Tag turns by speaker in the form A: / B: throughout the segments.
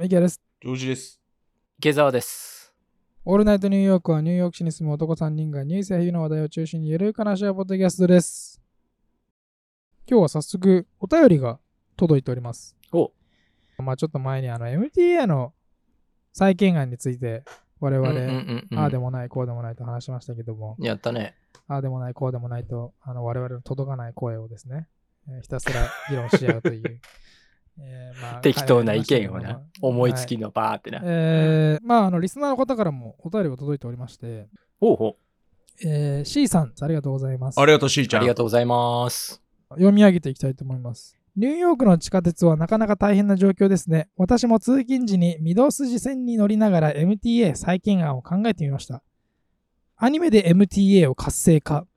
A: ミキヤです。
B: ジョージです。
C: 池澤です。
A: オールナイトニューヨークはニューヨーク市に住む男3人がニュースや日々の話題を中心にゆるい話し合うポッドキャストです。今日は早速お便りが届いております。
C: お
A: まあちょっと前にあの MTA の再建案について我々、ああで
C: も。
A: もないこうでもないと話しましたけども、
C: やったね。
A: ああでもないこうでもないとあの我々の届かない声をですね、えーひたすら議論し合うと いう。えーまあ
C: 適当な意見を
A: はい
C: な、思いつきのバーってな。
A: えーまあ、あの、リスナーの方からもお便りが届いておりまして、
C: ほうほ
A: えー、C さん、ありがとうございます。
B: ありがとう、しーち
C: う。
B: ゃん。
C: ありがとうございます。
A: 読み上げていきたいと思います。ニューヨークの地下鉄はなかなか大変な状況ですね。私も通勤時に御堂筋線に乗りながら MTA 再建案を考えてみました。アニメで MTA を活性化。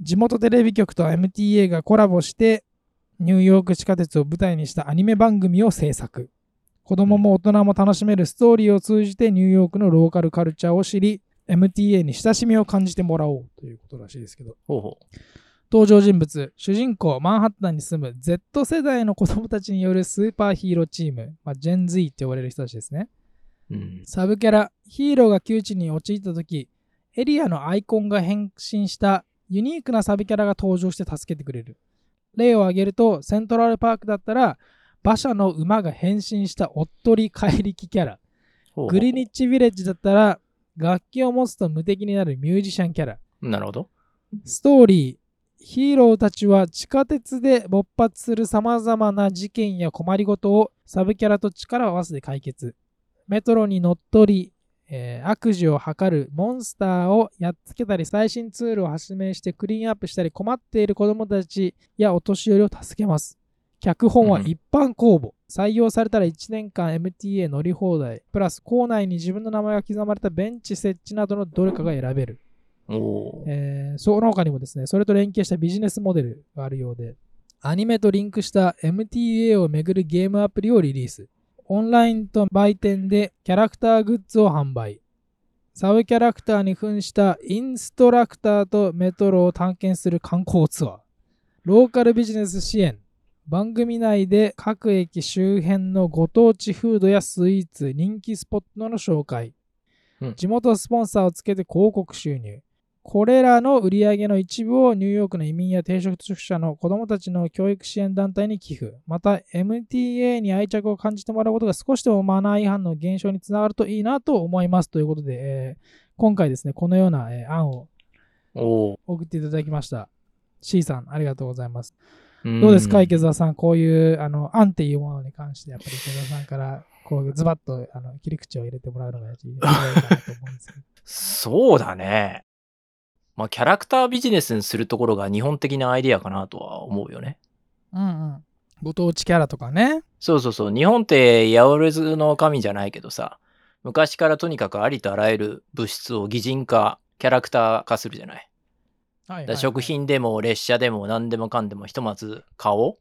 A: 地元テレビ局と MTA がコラボしてニューヨーク地下鉄を舞台にしたアニメ番組を制作。子供も大人も楽しめるストーリーを通じてニューヨークのローカルカルチャーを知り、MTA に親しみを感じてもらおうということらしいですけど。
C: ほうほ
A: 登場人物主人公マンハッタンに住む Z 世代の子供たちによるスーパーヒーローチーム、まあ、ジェン・ズイって呼ばれる人たちですね
C: う。うん。
A: サブキャラヒーローが窮地に陥った時エリアのアイコンが変身したユニークなサブキャラが登場して助けてくれる例を挙げるとセントラルパークだったら馬車の馬が変身したおっとり怪力キャラ
C: ほうほう
A: グリニッチ・ヴィレッジだったら楽器を持つと無敵になるミュージシャンキャラ
C: なるほど。
A: ストーリー、ヒーローたちは地下鉄で勃発する様々な事件や困りごとをサブキャラと力を合わせて解決。メトロに乗っ取り、えー悪事を図るモンスターをやっつけたり、最新ツールを発明してクリーンアップしたり、困っている子供たちやお年寄りを助けます。脚本は一般公募。採用されたら1年間 MTA 乗り放題。プラス、校内に自分の名前が刻まれたベンチ設置などのどれかが選べる。
C: おおー。
A: えーその他にもですね、それと連携したビジネスモデルがあるようで、アニメとリンクした MTA をめぐるゲームアプリをリリース。オンラインと売店でキャラクターグッズを販売。サブキャラクターに扮したインストラクターとメトロを探検する観光ツアー。ローカルビジネス支援。番組内で各駅周辺のご当地フードやスイーツ、人気スポットの紹介。
C: うん
A: 地元スポンサーをつけて広告収入。これらの売り上げの一部をニューヨークの移民や低所得者の子どもたちの教育支援団体に寄付、また MTA に愛着を感じてもらうことが少しでもマナー違反の減少につながるといいなと思いますということで、えー今回ですね、このような、えー案を
C: おお。
A: 送っていただきました。C さん、ありがとうございます。
C: ん
A: どうですか、池澤さん、こういうあの案っていうものに関して、やっぱり池澤さんからこうズバッとあの切り口を入れてもらうのが一番いいかなと思うんですけど。
C: そうだね。まあ、キャラクタービジネスにするところが日本的なアイディアかなとは思うよね。
A: うんうん、ご当地キャラとかね。
C: そうそうそう。日本って八百万の神じゃないけどさ、昔からとにかくありとあらゆる物質を擬人化、キャラクター化するじゃない。
A: はいはい
C: だから食品でも列車でも何でもかんでもひとまず顔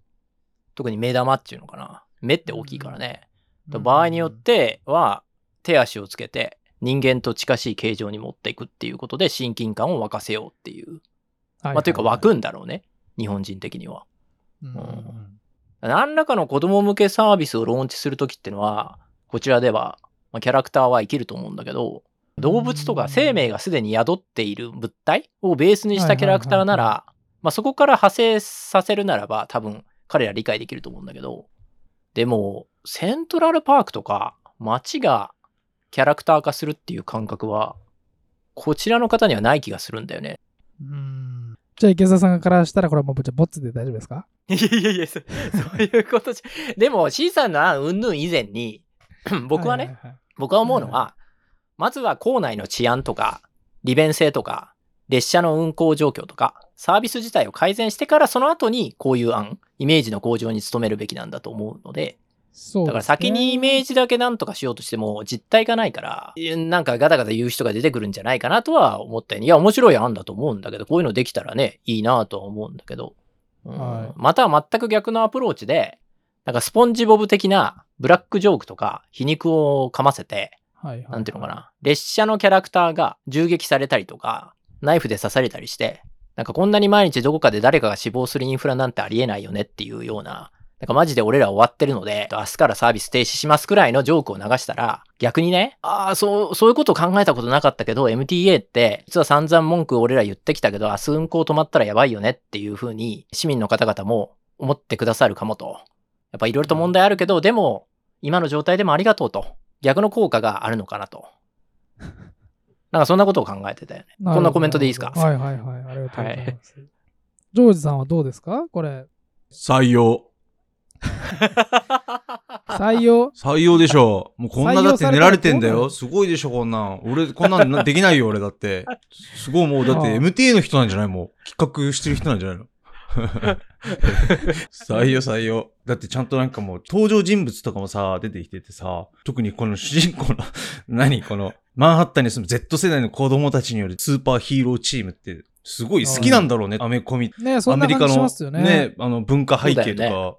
C: 特に目玉っていうのかな目って大きいからね、と場合によっ、ては手足をつけて人間と近しい形状に持っていくっていうことで親近感を沸かせようっていう、
A: ま
C: まあ、というか湧くんだろうね日本人的には
A: うんうんうん
C: 何らかの子供向けサービスをローンチするときってのはこちらでは、まあ、キャラクターは生きると思うんだけど動物とか生命がすでに宿っている物体をベースにしたキャラクターな
A: はい
C: ら、まあ、そこから派生させるならば多分彼ら理解できると思うんだけどでもセントラルパークとか街がキャラクター化するっていう感覚はこちらの方にはない気がするんだよね。
A: うんじゃあ池澤さんからしたらこれはもうぶっちゃボッツで大丈夫ですか
C: いやいやいや、そそういうことじゃ。 でも C さんの案云々以前に 僕はね、
A: いいい
C: 僕は思うの
A: は
C: は、まずは構内の治安とか、利便性とか、列車の運行状況とか、サービス自体を改善してから、その後にこういう案、イメージの向上に努めるべきなんだと思うので、
A: そう
C: だから先にイメー
A: ジ
C: ジだけなんとかしようとしても、実態がないから、なんかガタガタ言う人が出てくるんじゃないかなとは思ったよねいや、面白い案だと思うんだけど、こういうのできたらね、いいなとは思うんだけど、うん
A: はい
C: または全く逆のアプローチで、なんかスポンジボブ的なブラックジョークとか皮肉をかませて、なんていうのかな、列車のキャラクターが銃撃されたりとか、ナイフで刺されたりして、なんかこんなに毎日どこかで誰かが死亡するインフラなんてありえないよねっていうようななんかマジで俺ら終わってるので、明日からサービス停止しますくらいのジョークを流したら、逆にね、ああ、そう、そういうことを考えたことなかったけど、MTA って、実は散々文句を俺ら言ってきたけど、明日運行止まったらやばいよねっていう風に、市民の方々も思ってくださるかもと。やっぱいろいろと問題あるけど、でも、今の状態でもありがとうと。逆の効果があるのかなと。 なんかそんなことを考えてたよ ね。
A: るほど
C: こんなコメントでいいですか
A: はいはいはい。ありがとうございます。ジョージさんはどうですかこれ。
B: 採用。
A: 採用
B: 採用でしょ。もうこんなだって練られてんだ
A: 採用されたらどうな
B: よ。
A: る
B: すごいでしょ、こんなん。俺、こんなんなできないよ、俺だって。すごいもう、だって
A: ああ
B: MTA の人なんじゃないもう。企画してる人なんじ ゃないの採用採用。だってちゃんとなんかもう登場人物とかもさ、出てきててさ、特にこの主人公の、 何この、マンハッタンに住む Z 世代の子供たちによるスーパーヒーローチームって、すごい好きなんだろうね、アメコミ
A: ねそ
B: ア
A: ん
B: メ
A: な
B: リカ
A: 感じします
B: の
A: よ
B: ね
A: ね。
B: あの文化背景と
C: そうだ
B: か、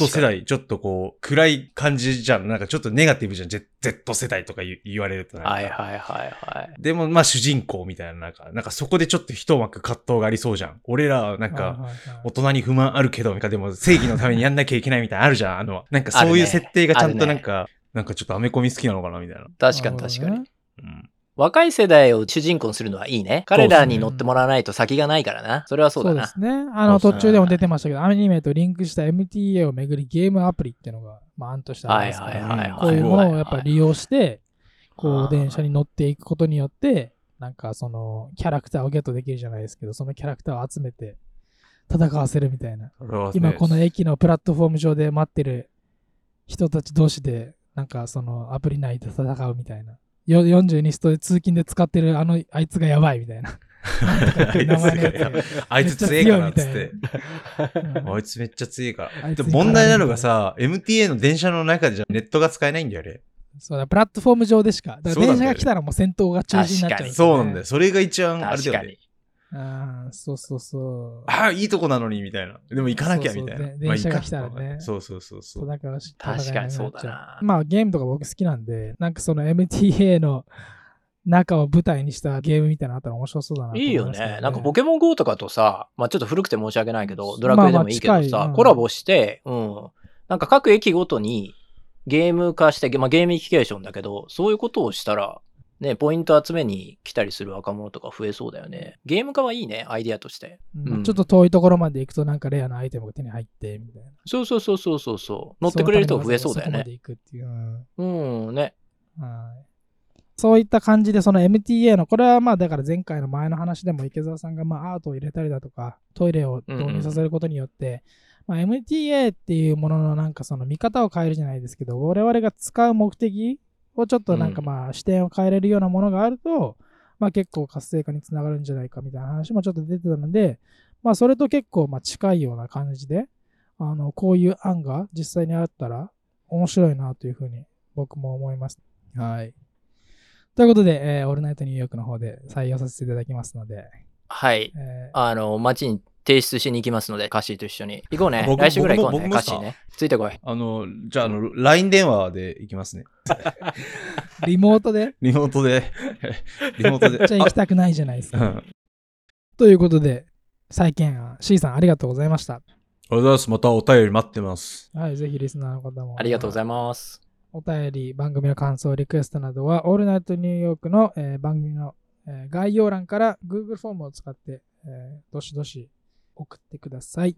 B: Z 世代、ちょっとこう、暗い感じじゃん。なんかちょっとネガティブじゃん。Z, Z 世代とか言う言われるとなんか
C: はいはいはいはい。
B: でもまあ主人公みたいな、なんか、なんかそこでちょっと一幕葛藤がありそうじゃん。俺らはな
A: はい
B: んか、
A: はいはい
B: 大人に不満あるけど、なんかでも正義のためにやんなきゃいけないみたいなのあるじゃん。あの、なんかそういう
C: あるね
B: 設定がちゃん
C: あ
B: と
C: るね
B: なんか、なんかちょっとアメコミ好きなのかなみたいな。
C: 確かに
A: なるほ
C: 確
A: ど
C: か
A: ね
C: に。
B: うん。
C: 若い世代を主人公にするのはいいね。彼らに乗ってもらわないと先がないからな。それはそうだな。
A: ですね。あの、
B: そう
A: 途
B: です
A: 中
B: ね
A: でも出てましたけど、アニメとリンクした MTA をめぐりゲームアプリっていうのが、まあ、案としてあ
C: は
A: り
C: い
A: ますか
C: は
A: ら、
C: いはいはい。
A: こういうものをやっぱ
C: はい
A: 利用して、こ
C: あー
A: う、電車に乗っていくことによって、なんかその、キャラクターをゲットできるじゃないですけど、そのキャラクターを集めて、戦わせるみたいな。
B: それはね
A: 今この駅のプラットフォーム上で待ってる人たち同士で、なんかその、アプリ内で戦うみたいな。よ42ストで通勤で使ってるあの、あいつがやばいみたい な。名前のやつが
B: あいつ強えからっつっ
A: めっちゃ強い
B: て。
A: うん
B: あいつめっちゃ強いから。
A: あいつ
B: でも問題なのがさ、MTA の電車の中じゃネットが使えないんだよね。
A: そうだ、プラットフォーム上でしか。だ
B: そ
A: から
B: うな
A: 電
B: んだ
A: 車
B: よね
A: が来たらもう戦闘が中止になっちゃうんです
B: そ
A: よね、
B: うなんだよ。それが一番あれだ
C: 確
B: よ
C: か
B: ね
C: に。。
A: ああ、そうそうそう。
B: ああ、いいとこなのに、みたいな。でも行かなきゃ、
A: そう
B: み
A: そう
B: たいな。
A: で電車が来たらね
B: まあ行かそうそうそうそ
A: そう
B: う。
A: だからし
C: 確かに
A: 戦い
C: そうだな
A: にっちゃうまあゲームとか僕好きなんで、なんかその MTA の中を舞台にしたゲームみたいなのあったら面白そうだなと思
C: いいよ
A: ますけど
C: ね。なんかポケモン GO とかとさ、まあちょっと古くて申し訳ないけど、ドラク
A: ま
C: エ
A: あ
C: で
A: まあ
C: もいいけど
A: 近い
C: さ
A: う、ん
C: コラボして、うん。なんか各駅ごとにゲーム化して、まあゲーミフィケーションだけど、そういうことをしたら、ね、ポイント集めに来たりする若者とか増えそうだよね。ゲーム化はいいね、アイディアとして。
A: うん
C: うん
A: ちょっと遠いところまで行くとなんかレアなアイテムが手に入って、みたいな。
C: そうそうそうそうそうそう。乗ってくれる人が増えそうだよ
A: そのためにわざわざそこまで。行くって
C: ね
A: いううん
C: うん、ね。
A: はいそういった感じで、その MTA の、これはまあだから前回の前の話でも池澤さんがまあアートを入れたりだとか、トイレを導入させることによって、まあ、MTA っていうもののなんかその見方を変えるじゃないですけど、我々が使う目的をちょっとなんか
C: うん
A: まあ視点を変えれるようなものがあると、まあ結構活性化につながるんじゃないかみたいな話もちょっと出てたので、まあそれと結構まあ近いような感じで、あの、こういう案が実際にあったら面白いなというふうに僕も思います。はい。ということで、えーオールナイトニューヨークの方で採用させていただきますので、
C: はい。
A: えー
C: あの、街に提出しに行きますので、カッシーと一緒に。行こうね。
B: 僕
C: 来週ぐらい行こうね、
B: 僕
C: カ
B: も
C: ッシーね。ついてこい。
B: あの、じゃあ、あの、LINE 電話で行きますね。
A: リモートで、
B: リモー トで。リモートで。
A: じゃあ行きたくないじゃないです
B: あうん。あり
A: か。
B: がとう
A: ということで、再建案、C さんありがとうございました。
B: ございます。またお便り待ってます。
A: はい、ぜひリスナーの方も。
C: ありがとうござ
A: います。
C: います。
A: お便り、番組の感想、リクエストなどは、オールナイトニューヨークの、えー番組の、えー概要欄から Google フォームを使って、えーどしどし送ってください。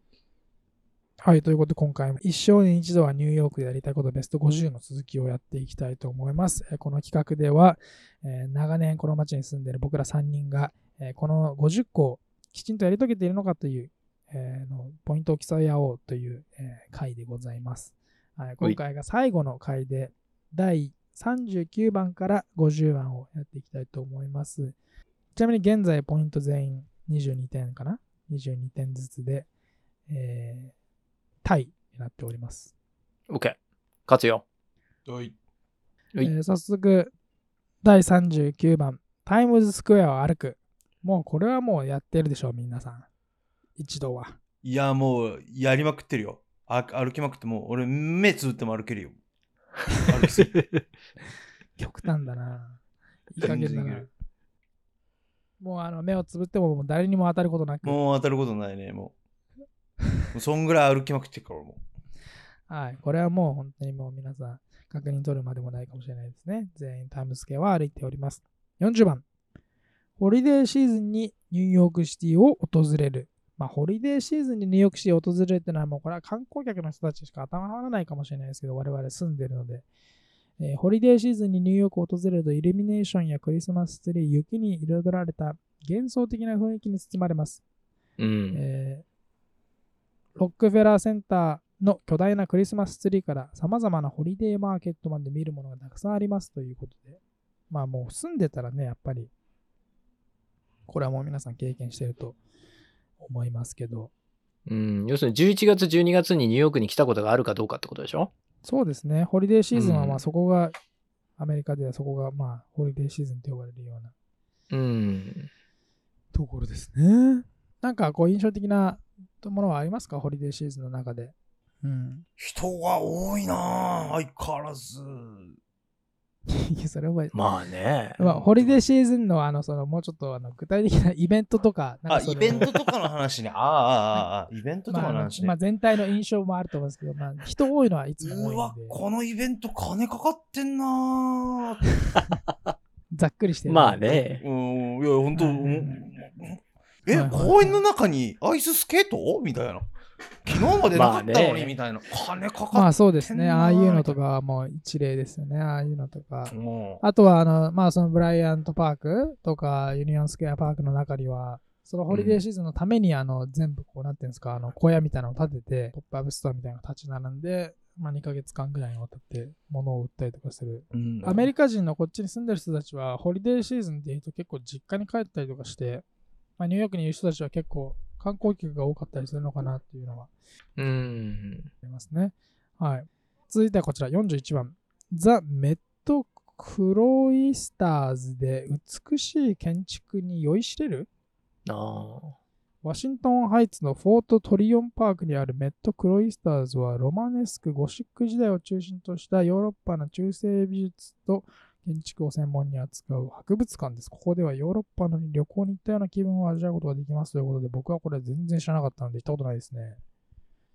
A: はい、ということで今回も一生に一度はニューヨークでやりたいことベスト50の続きをやっていきたいと思います。えーこの企画では、えー長年この街に住んでいる僕ら3人が、えーこの50個をきちんとやり遂げているのかという、えーのポイントを競い合おうという、えー回でございます。はい、
C: はい
A: 今回が最後の回で、第39番から50番をやっていきたいと思います。ちなみに現在ポイント全員22点かな ?22 点ずつで、えータイになっております。
C: OK。勝つよ。
B: はい。
C: はい
A: えー早速、第39番、タイムズスクエアを歩く。もうこれはもうやってるでしょう、皆さん。一度は。
B: いや、もう、やりまくってるよ。あ歩きまくっても、俺、目つぶっても歩けるよ。歩きすぎ
A: 極端だな。いい加減だ
B: 全然いけ
A: な
B: る。
A: もうあの目をつぶってももう誰にも当たることなく。
B: もう当たることないね、もう。もうそんぐらい歩きまくってるから、俺もう。
A: はい。これはもう本当にもう皆さん確認取るまでもないかもしれないですね。全員タイムスケは歩いております。40番。ホリデーシーズンにニューヨークシティを訪れる。まあ、ホリデーシーズンにニューヨークシティを訪れるってのはもうこれは観光客の人たちしか頭はらないかもしれないですけど、我々住んでるので。えーホリデーシーズンにニューヨークを訪れるとイルミネーションやクリスマスツリー、雪に彩られた幻想的な雰囲気に包まれます。
C: うん。
A: えーロックフェラーセンターの巨大なクリスマスツリーから様々なホリデーマーケットまで見るものがたくさんありますということで、まあもう住んでたらね、やっぱり、これはもう皆さん経験してると思いますけど、
C: うん。要するに11月、12月にニューヨークに来たことがあるかどうかってことでしょ
A: そうですね、ホリデーシーズンはま
C: う
A: あ
C: ん
A: そこが、アメリカではそこがまあホリデーシーズンと呼ばれるような
C: うん。
A: ところですね。なんかこう印象的なものはありますか、ホリデーシーズンの中で。うん。
B: 人が多いなぁ相変わらず。
A: いやそれは
C: まあね。
A: まあ、ホリデーシーズンの、あの、その、もうちょっと、あの、具体的なイベントとか、なん
B: あ、
A: かそ
B: イ
A: の
B: ベントとかの話 ね。ああああ、ああ、イベントと
A: まあ
B: か
A: あ
B: の
A: の
B: 話ね。
A: まあ、全体の印象もあると思うんですけど、まあ、人多いのはいつも
B: う
A: 多
B: わ
A: いん、で、
B: このイベント金かかってんなぁ。
A: ざっくりしてる。
C: まあ。ね。
B: うん、いや、本当、
A: うん
B: うん
A: は
B: え
A: いはい、
B: 公園の中にアイススケートみたいな。昨日までなかった
C: まあ
B: の
C: ね
B: にみたいな。金か
A: ま
B: か
A: あ
B: っ
A: そうです
B: 天
A: ね。
B: 然
A: ああいうのとかはもう一例ですよね。ああいうのとか
B: て。も
A: あとは、あの、まあそのブライアントパークとか、ユニオンスクエアパークの中には、そのホリデーシーズンのために、あの、全部こう、なんていうんですか、あの、小屋みたいなのを建てて、ポップアップストアみたいなのが立ち並んで、まあ2ヶ月間ぐらいにわたって物を売ったりとかする
B: ううん
A: アメリカ人のこっちに住んでる人たちは、ホリデーシーズンでいうと結構実家に帰ったりとかして、まあ、ニューヨークにいる人たちは結構観光客が多かったりするのかなっていうのは
C: うん。
A: ありますね。はい。続いてはこちら、41番。ザ・メット・クロイスターズで美しい建築に酔いしれる
C: ああ。
A: ワシントンハイツのフォートトリオンパークにあるメット・クロイスターズはロマネスク・ゴシック時代を中心としたヨーロッパの中世美術と建築を専門に扱う博物館です。ここではヨーロッパの旅行に行ったような気分を味わうことができますということで僕はこれ全然知らなかったので行ったことないですね。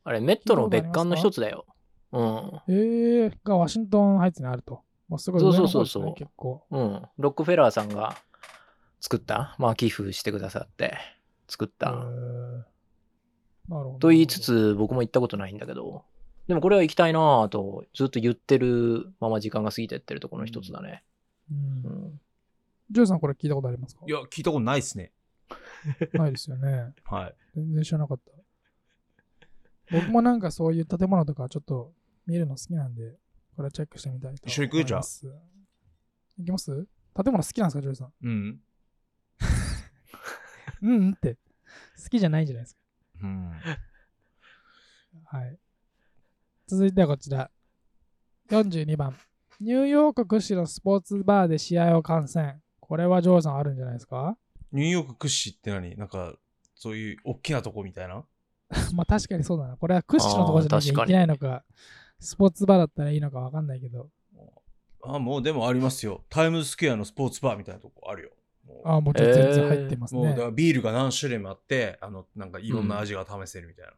C: あれ、メットの別館の一つだよ。うん。
A: えー、がワシントンハイツにあると。もうすごい上
C: そ
A: の
C: う
A: 方
C: そ
A: で
C: う
A: すね、
C: そうそう
A: 結構。
C: うん。ロックフェラーさんが作った、まあ寄付してくださって作っ
A: えー
C: た。
A: なるほど。
C: と言いつつ、僕も行ったことないんだけど、でもこれは行きたいなぁと、ずっと言ってるまま時間が過ぎてってるところの一つだね。
A: うん、
C: うん。
A: ジョージさんこれ聞いたことありますか
B: いや、聞いたことないですね。
A: ないですよね。
B: はい。
A: 全然知らなかった。僕もなんかそういう建物とかちょっと見るの好きなんで、これはチェックしてみたいと
B: 一緒に行く
A: 思います行きます建物好きなんですか、ジョージさん。
B: うん。
A: うんうんって。好きじゃないじゃないです
B: うん。
A: か。はい。続いてはこちら。42番。ニューヨーク屈指のスポーツバーで試合を観戦。これはジョージさんあるんじゃないですか
B: ニューヨーク屈指って何なんか、そういう大きなとこみたいな
A: まあ確かにそうだな。これは屈指のところじゃなきゃいけないのか、スポーツバーだったらいいのかわかんないけど。
B: あ、もうでもありますよ。タイムズスクエアのスポーツバーみたいなとこあるよ。もう
A: ああ、もう全然入ってますね。
B: もうだからビールが何種類もあって、あの、なんかいろんな味が試せるみたいな。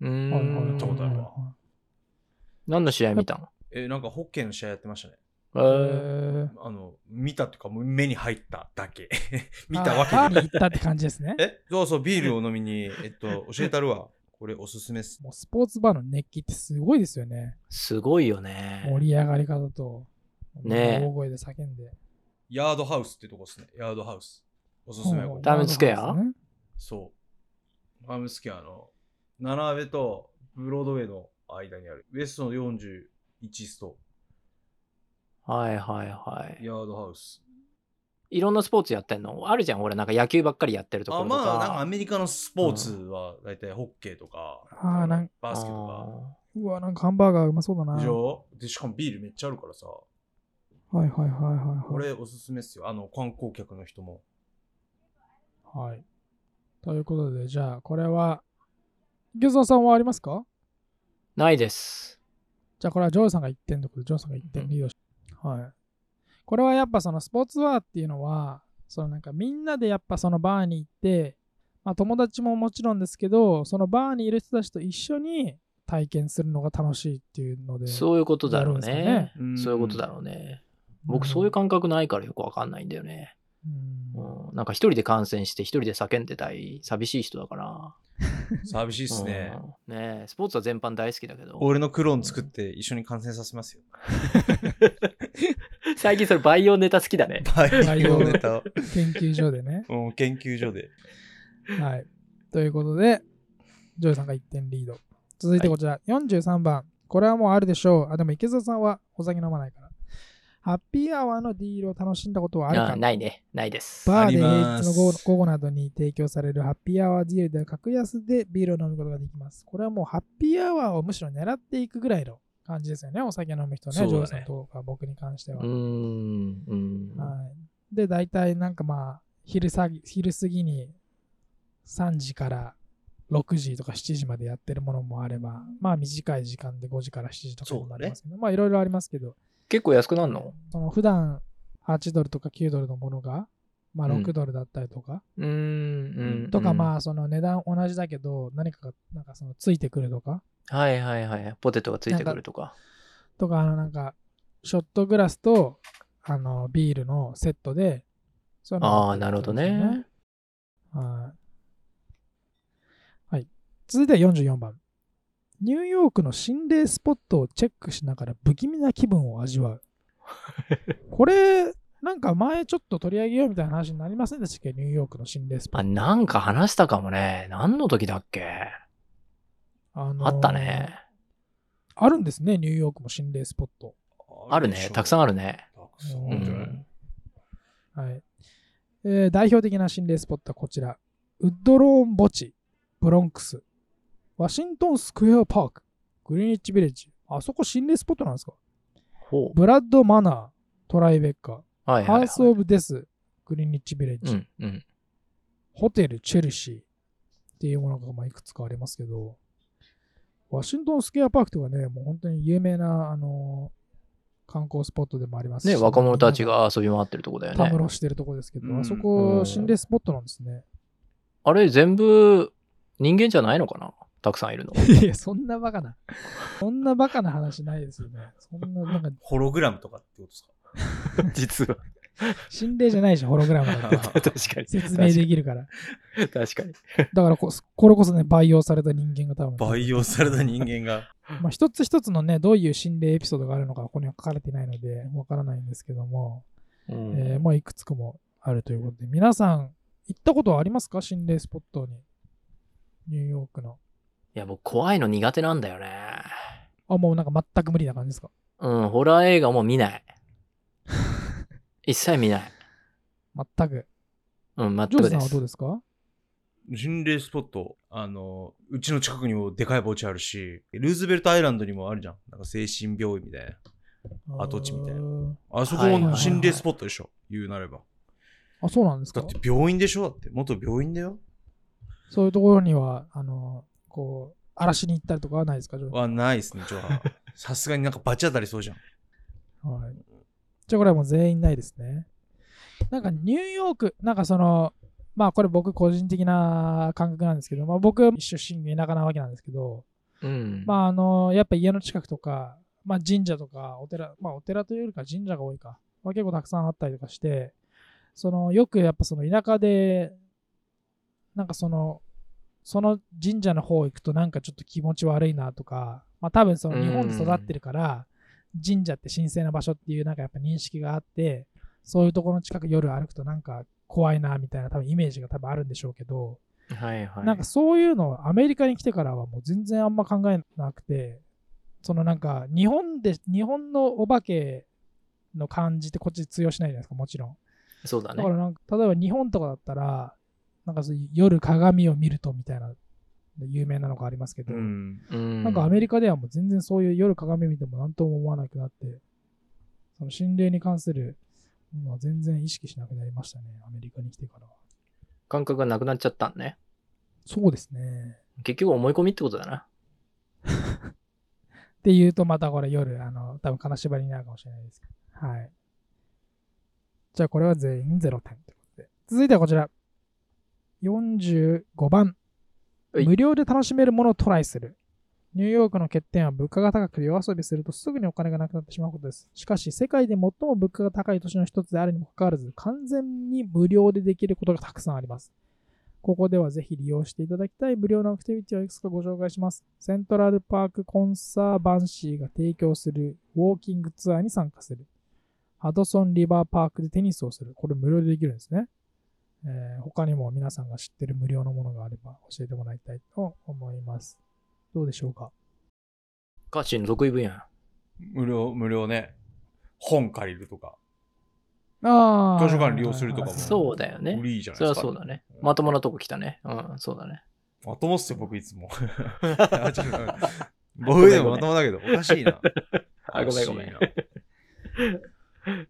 C: う
A: はいはい
C: ん。
B: 行ったことあるわ
C: 何の試合見たの
B: え、なんかホッケーの試合やってましたね。
C: えー
A: えー
B: あの、見たっていうか、もう目に入っただけ。 見たわけ
A: あー
B: で。
A: バーに行ったって感じですね
B: えそうそう、ビールを飲みに、えっと、教えたるわ。これおすすめっす。
A: もうスポーツバーの熱気ってすごいですよね。
C: すごいよね。
A: 盛り上がり方と、
C: ねえ
A: 大声で叫んで。
B: ヤードハウスってとこっすね。ヤードハウス。おすすめはここ
C: ダメつけや
A: ね
B: そう。ハムスケアの、斜めとブロードウェイの間にある、ウエストの41スト、
C: はいはいはい。
B: ヤードハウス。
C: いろんなスポーツやってんのあるじゃん。俺なんか野球ばっかりやってるとこ
B: あ
C: ろとか。
B: まあ、なんかアメリカのスポーツは、だいたいホッケーとか、
A: あーなん
B: バスケと
A: うわ、なんかハンバーガーうまそうだな。は
B: か、で
A: い
B: しょで、しかもビールめっちゃあるからさ、
A: はいはいはい、
B: こ
A: はい。
B: れおすすめっすよ。あの、観光客の人も。
A: はい。ということで、じゃあ、これは、餃子さんはありますか
C: ないです。
A: じゃあこれはジョーさんが1点ということで、ジョーさんが1点リードし、はい。これはやっぱそのスポーツバーっていうのは、そのなんかみんなでやっぱそのバーに行って、まあ友達ももちろんですけど、そのバーにいる人たちと一緒に体験するのが楽しいっていうので。
C: そういうことだろう
A: やるんで
C: ね。そういうことだろうね。
A: うん
C: 僕、そういう感覚ないからよくわかんないんだよね。
A: うん
C: うん、なんか一人で感染して一人で叫んでたい寂しい人だから。
B: 寂しいっすね。
C: うん。ねえスポーツは全般大好きだけど。
B: 俺のクローン作って一緒に感染させますよ。
C: 最近それ培養ネタ好きだね。
B: 培養ネタを。。
A: 研究所で ね
B: うん研究所で。
A: はい。ということで、ジョイさんが1点リード。続いてこちら、43番。これはもうあるでしょう。あ、でも池澤さんはお酒飲まないから。ハッピーアワーのディールを楽しんだことはあるか
C: あないね。ないです。
A: バーで
B: あり
A: 平
B: ま
A: 日
B: す
A: の午後午後などに提供されるハッピーアワーディールでは格安でビールを飲むことができます。これはもうハッピーアワーをむしろ狙っていくぐらいの感じですよね。お酒飲む人ね、
B: そうだね
A: ジョーさんとか僕に関しては。
C: うーん。うん。
A: はい、で、大体なんかまあ昼さぎ、昼過ぎに3時から6時とか7時までやってるものもあれば、まあ短い時間で5時から7時とかにもありますけど、まあいろいろありますけど、
C: 結構安くなるの
A: その普段8ドルとか9ドルのものが、まあ
C: うん
A: 6ドルだったりとか、
C: うーん。うん
A: とかま
C: あ。
A: あその値段同じだけど何かがなんかそのついてくるとか
C: はいはいはい。ポテトがついてくるとか。
A: とかあのなんかショットグラスとあのビールのセットでそういうのが
C: ああー、なるほ
A: そ
C: ど
A: うですよ
C: ね。
A: はいはい続いては44番ニューヨークの心霊スポットをチェックしながら不気味な気分を味わ うこれなんか前ちょっと取り上げようみたいな話になりませんでしたっけニューヨークの心霊スポッ
C: あ、なんか話したかもね。何の時だっけ
A: トあの
C: あ
A: ー
C: ったね。
A: あるんですねニューヨークも心霊スポット
C: あるね。たくさん
B: あ
C: あるね。
B: る。たくさん
A: う
B: あ
A: ん
B: るんじゃない
A: はいえー代表的な心霊スポットはこちら。ウッドローン墓地、ブロンクス、ワシントンスクエアパーク、グリーニッチビレッジ。あそこ心霊スポットなんですか
C: ほ
A: ブラッドマナー、トライベッカ、
C: う。はいはい、
A: ハ
C: は
A: ウ
C: い。
A: ス・オブ・デス、グリーニッチビレッ
C: う
A: ジ、
C: んうん。
A: ホテル・チェルシーっていうものがまあいくつかありますけど、ワシントンスクエアパークとかね、もう本当に有名な、あのー観光スポットでもありますし
C: ね、若者たちが遊び回ってるとこだよ
A: た
C: ね
A: む。ろしてるとこですけど、
B: うん
A: あそこ心霊スポットなんですね。
C: あれ、全部人間じゃないのかなたくさん いるの。
A: いや、そんなバカな、そんなバカな話ないですよね。そんな、なんか
B: ホログラムとかってことですか
C: 実は。
A: 心霊じゃないし、ホログラムだ って。
C: 確かに。
A: 説明できるから。
C: 確かに。
A: だからこ、これこそね、培養された人間が多分、
B: 培養された人間が。
A: まあ、一つ一つのね、どういう心霊エピソードがあるのか、ここには書かれてないので、わからないんですけども、
C: うん
A: えーもういくつかもあるということで、皆さん、行ったことはありますか心霊スポットに。ニューヨークの。
C: いや、僕、怖いの苦手なんだよね。
A: あ、もうなんか全く無理な感じですか
C: うん、ホラー映画も見 ない。一切見ない。
A: 全く。
C: うん、全
A: ジョージ
C: く
A: さ
C: で
A: んは
C: す
A: どう。ですか
B: 心霊スポット、あの、うちの近くにもでかい墓地あるし、ルーズベルトアイランドにもあるじゃん。なんか精神病院みたいな。跡地みたいな
A: な。
B: あそこ
C: はいはい
A: は
B: も
A: い
B: 心霊スポットでしょ、言うなれば。
A: あ、そうなんです
B: だ
A: か
B: って病院でしょだって、元病院だよ。
A: そういうところには、あの、こう、荒らしに行ったりとかはないですか、ジョー
B: はないっ すね、じゃあ。さすがになんか罰当たりそうじゃん。
A: はい。じゃあこれはもう全員ないですね。なんかニューヨーク、なんかその、まあこれ僕個人的な感覚なんですけど、まあ僕出身が田舎なわけなんですけど、
C: うん。
A: まああの、やっぱ家の近くとか、まあ神社とかお寺、まあお寺というよりか神社が多いか、まあ結構たくさんあったりとかして、そのよくやっぱその田舎で、なんかその、その神社の方行くとなんかちょっと気持ち悪いなとか、まあ多分その日本で育ってるから、神社って神聖な場所っていうなんかやっぱ認識があって、そういうところの近く夜歩くとなんか怖いなみたいな多分イメージが多分あるんでしょうけど、
C: はいはい。
A: なんかそういうのをアメリカに来てからはもう全然あんま考えなくて、そのなんか日本で、日本のお化けの感じってこっち通用しないじゃないですか、もちろん。
C: そうだ
A: だ
C: ね
A: か。らなんか、例えば日本とかだったら、なんかそういう夜鏡を見るとみたいな、有名なのがありますけど、
B: うん。
A: な
C: なん
A: かアメ
C: リ
A: リカではもう全然そういう夜鏡見ても何とも思わなくなって、その心霊に関するものは全然意識しなくなりましたね、アメリカに来てからは。
C: 感覚がなくなっちゃったんね。
A: そうですね。
C: 結局思い込みってことだな。
A: って言うとまたこれ夜、あの、多分金縛りになるかもしれないですけど。はい。じゃあこれは全員0点ということで。続いてはこちら。45番。
C: はい
A: 無料で楽しめるものをトライする。ニューヨークの欠点は物価が高く夜遊びするとすぐにお金がなくなってしまうことです。しかし、世界で最も物価が高い都市の一つであるにもかかわらず、完全に無料でできることがたくさんあります。ここではぜひ利用していただきたい無料のアクティビティをいくつかご紹介します。セントラルパークコンサーバンシーが提供するウォーキングツアーに参加する。ハドソンリバーパークでテニスをする。これ無料でできるんですね。えー他にも皆さんが知ってる無料のものがあれば教えてもらいたいと思います。どうでしょうか
C: カッシーの得意分野。
B: 無料、無料ね。本借りるとか、
A: ああ。
B: 図書館利用するとかも。
C: そうだよね
B: 無理じゃない
C: そ
B: で
C: れ
B: す
C: は
B: か。
C: そうだね。まともなとこ来たね。うん、そうだね。
B: まともっすよ、僕いつ も。あちょっと僕でもまともだけど、おかしいな。
C: あごめんごめん
B: おかしいな。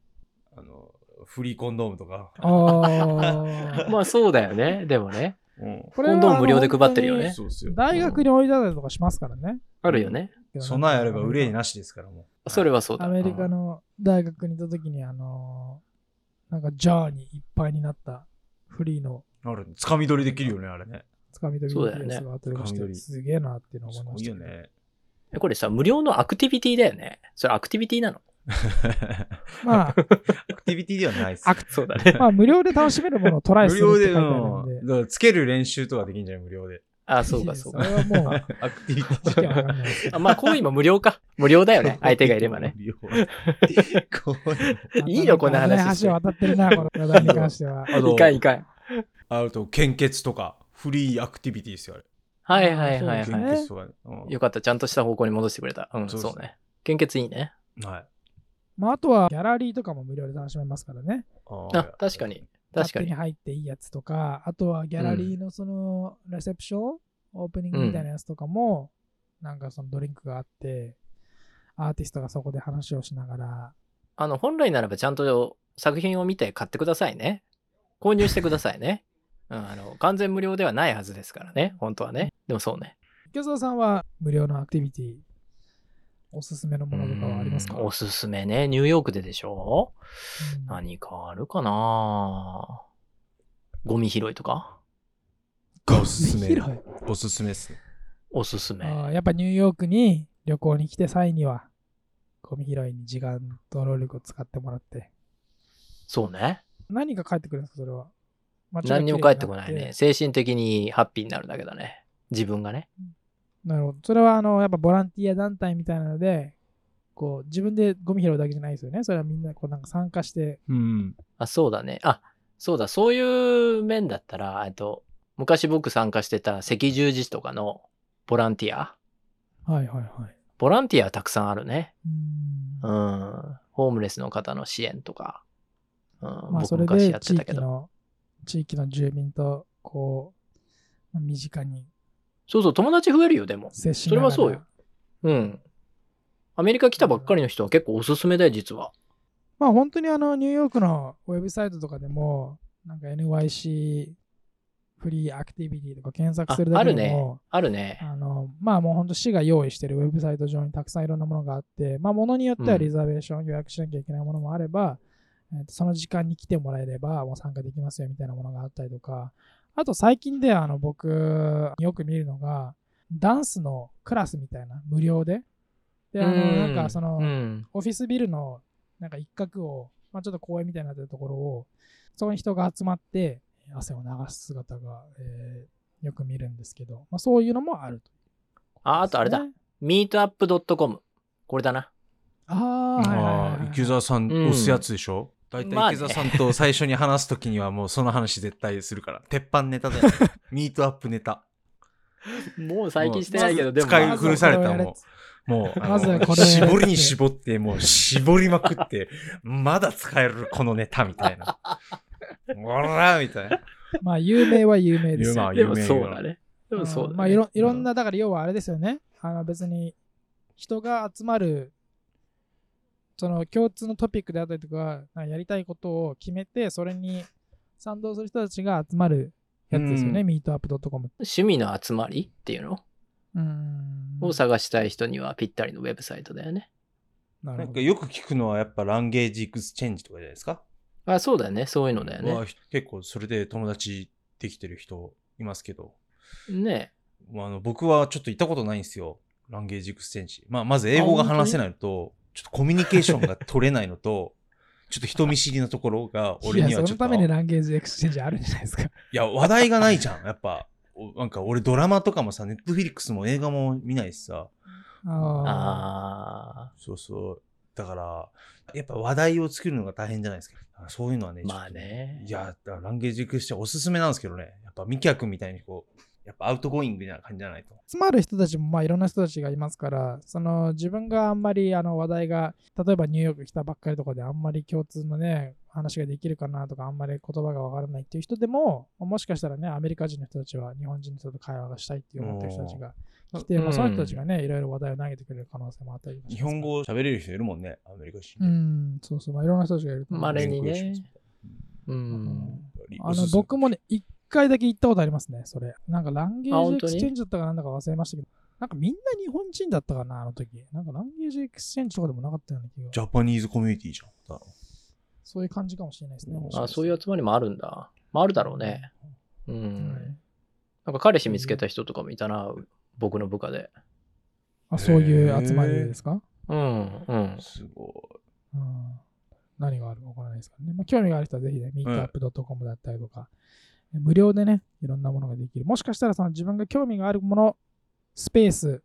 B: あの、フリーコンドームとか。
A: ああ。
C: まあそうだよね。でもね。
B: うん。
A: こ
C: コンドーム無料で配ってるよね
A: 本
B: そうっす
A: 当
B: よ。
A: に大学に置いてあったりとかしますからね。
C: あるよね。
B: 備えあれば憂い
A: な。
B: なしですから、もう。
C: それはそうだ。
A: アメリカの大学にいた時に、あのー、なんかジャーにいっぱいになったフリーの
B: あるね。つかみ取りできるよね、あれね。
A: つかみ取り
C: そうだよね
A: やつがあったりとかし
B: つかみ取
A: て、
B: り
A: すげえなっていうのを
B: す
A: 思い
B: ご
A: ま
B: い
A: した
B: よ
A: けど。
B: ね。
C: うんこれさ、無料のアクティビティだよね。それアクティビティなの。
A: まあ、
B: アクティビティではないです。
C: アクそうだね。
A: まあ、無料で楽しめるものをトライ
B: 無
A: するっ
B: 料
A: て書い
B: で、
A: てあるんで
B: うん。だからつける練習とかできんじゃない無料で。
C: あ、そうかそう
A: い
C: か。
A: やいやそれはもう、
B: アクティビティ
A: わけわかんないですけど
C: あまあ行為も無料か。無料だよ ね。相手がいればね。。 いいよこんな話して
A: 危い橋を渡ってるな、この話題に関しては。
B: あと
C: いかんいかん。
B: あと、献血とか、フリーアクティビティですよ、あ
C: はいはいは
A: そう
C: い
A: です
B: れ。
A: ね
C: は
B: 献血とかね。
C: い。よかった。ちゃんとした方向に戻してくれた。うん、
B: そう
C: そう
B: そう
C: ね。献血いいね。
B: うんはい。
A: まあ、あとはギャラリーとかも無料で楽しめますからね。
C: あ、確かに。。確か
A: 勝手に
C: に。
A: 入っていいやつとか、あとはギャラリーのそのレセプション、オープニングみたいなやつとかも、なんかそのドリンクがあって、アーティストがそこで話をしながら、
C: あの、本来ならばちゃんと作品を見て買ってくださいね。購入してくださ いね。うん、あの、完全無料ではないはずですからね。本当はね。でもそうね。
A: 池澤さんは無料のアクティビティ、おすすめのものとかはありますか
C: うんおすすめね。ニューヨークででしょ
A: うん
C: 何かあるかなゴミ拾いとか
B: おすすめ
A: 広い
B: おすすめですね。
C: おすすめ。
A: あーやっぱニューヨークに旅行に来て際には、ゴミ拾いに時間と労力を使ってもらって。
C: そうね。
A: 何が返ってくるんですか、それは。
C: 何にも返ってこな
A: 街
C: いね。
A: が綺麗になって。
C: 精神的にハッピーになるだけだね。自分がね。
A: なるほど。それは、あの、やっぱボランティア団体みたいなので、こう、自分でゴミ拾うだけじゃないですよね。それはみんな、こう、なんか参加して。
B: うん。
C: あ、そうだね。あ、そうだ。そういう面だったら、えっと、昔僕参加してた赤十字とかのボランティア。
A: はいはいはい。
C: ボランティアはたくさんあるね。
A: うー。
C: うんん。ホームレスの方の支援とか。うん。
A: まあ、そ
C: 僕
A: れ
C: 昔
A: で
C: やっ
A: 地
C: てたけ
A: 域
C: ど。
A: の、地域の住民と、こう、身近に
C: そうそう、友達増えるよ、でも。
A: 接し
C: そ
A: な
C: れ
A: が
C: は
A: ら
C: そうよ。うん。アメリカ来たばっかりの人は結構おすすめだよ、実は。
A: まあ本当にあのニューヨークのウェブサイトとかでもなんか NYC フリーアクティビティとか検索するだけでも
C: あるね
A: あ。のまあもう本当市が用意してるウェブサイト上にたくさんいろんなものがあってまあものによって
C: う
A: は
C: ん
A: リザーベーション予約しなきゃいけないものもあれば、えーとその時間に来てもらえればもう参加できますよみたいなものがあったりとかあと最近ではあの僕よく見るのがダンスのクラスみたいな無料でであの
C: う
A: なんかその、
C: うん
A: オフィスビルのなんか一角を、まあ、ちょっと公園みたいになってるところを、そこに人が集まって、汗を流す姿が、えーよく見るんですけど、まあ、そういうのもあると、
C: あ、あとあれだ。meetup.com。これだな。
A: ああ、はいはいはい
B: あ
A: は
B: あ
A: い、
B: 池澤さん
C: うん
B: 押すやつでしょ大
C: まあ
B: 体
C: ね
B: 池澤さんと最初に話すときにはもうその話絶対する から。鉄板ネタだよ。ミートアップネタ。
C: もう最近してないけど、
B: もう
C: でも。
B: 使い
A: まず
B: 古された
A: これをやれ
B: もう、もう、あの
A: まずはこれをやれって
B: 絞りに絞って、もう絞りまくって、まだ使えるこのネタみたい な。おらみたいな。
A: まあ、有名は有名です
B: 有
A: よ。
B: 名は
C: で
B: 有
C: も
B: 名
C: そうだね。でもそうだ
A: あ
C: ね。
A: ーまあいろ、いろんな、だから要はあれですよね。あの別に人が集まる、その共通のトピックであったりとか、なんかやりたいことを決めて、それに賛同する人たちが集まるやつですよね、
B: う
A: ミートアップ .com って。
C: 趣味の集まりっていうの
A: うーん
C: を探したい人にはぴったりのウェブサイトだよね。
A: な
B: な
A: る
B: ん
A: ほ
B: か
A: ど。
B: よく聞くのはやっぱランゲージエクスチェンジとかじゃないですか。
C: あ、そうだよね。そういうのだよ
B: は
C: ね。
B: 結構それで友達できてる人いますけど、
C: ね
B: まああの僕はちょっと行ったことないんですよ。ランゲージエクスチェンジ。まあ、まず英語が話せないのと、ちょっとコミュニケーションが取れないのと、 ちょっと人見知りなところが俺
A: い
B: に
A: や、
B: は
A: そ
B: ちょ
A: の
B: っと。
A: ためにランゲージエクスチェンジあるんじゃないですか。
B: いや、話題がないじゃん。やっぱ、おなんか俺ドラマとかもさ、ネットフィリックスも映画も見ないしさ。
A: あ
C: あ
B: そうそう。だから、やっぱ話題を作るのが大変じゃないですか。だからそういうのはね、
C: ーま
B: ちょ
C: あ
B: っと
C: ね。
B: いや、だからランゲージエクスチェンジおすすめなんですけどね。やっぱミキヤ君みたいにこう、やっぱアウトゴイングな感じじゃないと。
A: あ。集まる人たちもまあいろんな人たちがいますから、その自分があんまりあの話題が、例えばニューヨーク来たばっかりとかであんまり共通のね、話ができるかなとか、あんまり言葉がわからないっていう人でも、もしかしたらね、アメリカ人の人たちは日本人の人と会話がしたいって思ってる人たちが来て、
C: うん
A: まあ、その人たちがね、いろいろ話題を投げてくれる可能性もあったりもします
B: 日本語喋れる人いるもんね、アメリカ人
A: う
B: ね。
A: ん、そうそう、まあ、いろんな人たちがいると思う
C: まれに
B: リンク用紙
C: ね。う
A: うん
C: ん。
A: あの僕もね、一回だけ行ったことありますね、それ。なんかランゲ
C: あ
A: ージエ
C: 本当
A: ク
C: に
A: スチェンジだったかなんだか忘れましたけど、なんかみんな日本人だったかな、あの時。なんかランゲージエクスチェンジとかでもなかったような気が。
B: ジャパニーズコミュニティじゃん。
A: そういう感じかもしれないですね。もしかしたら
C: あそういう集まりもあるんだ。まあ、あるだろうね。う
A: はい
C: ん。なんか彼氏見つけた人とかもいたな、僕の部下で。
A: あそういう集まりですか、
C: うん、うん。
B: すご
A: うん、何があるかわからないですからね。まあ、興味がある人はぜひね、meetup.com だったりとか、無料でね、いろんなものができる。もしかしたらその自分が興味があるもの、スペース、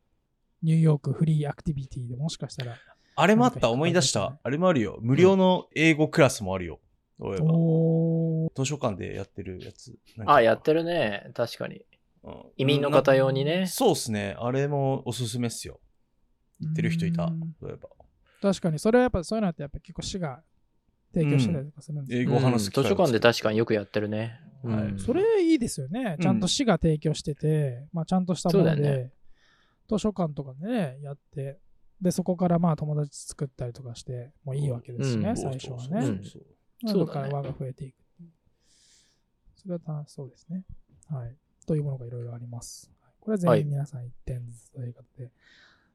A: ニューヨークフリーアクティビティでもしかしたら。
B: い。あれもあっ
A: なんか
B: た、思い出し
A: 引っかかりました
B: た
A: ね。
B: あれもあるよ。無料の英語クラスもあるよ。そういえば
A: おー
B: 図書館でやってるやつ。なんか
C: あ、やってるね。確かに。
B: うん
C: 移民の方用に
B: な
C: ね。
B: そうっすね。あれもおすすめっすよ。行ってる人いた。そういえば。
A: 確かに、それはやっぱそういうのってやっぱ結構市が提供してたりとかするんです
B: 英
A: よ、
B: 語を話す機
C: 図
B: 会
C: 書館で
B: た
C: 確かによくやってるね。う
B: はい
C: ん、
A: それいいですよね。ちゃんと市が提供してて、まあちゃんとしたもの
C: そ
A: で、
C: うだよ
A: 図書館とかでね、やって、で、そこからまあ友達作ったりとかしてもいいわけですしね、
C: うん
A: 最初はね。
C: う
A: そ
C: んそうだね
A: 会話が増えていく。それは楽しそうですね。はい。というものがいろいろあります。これは全員皆さん1点ずつということで。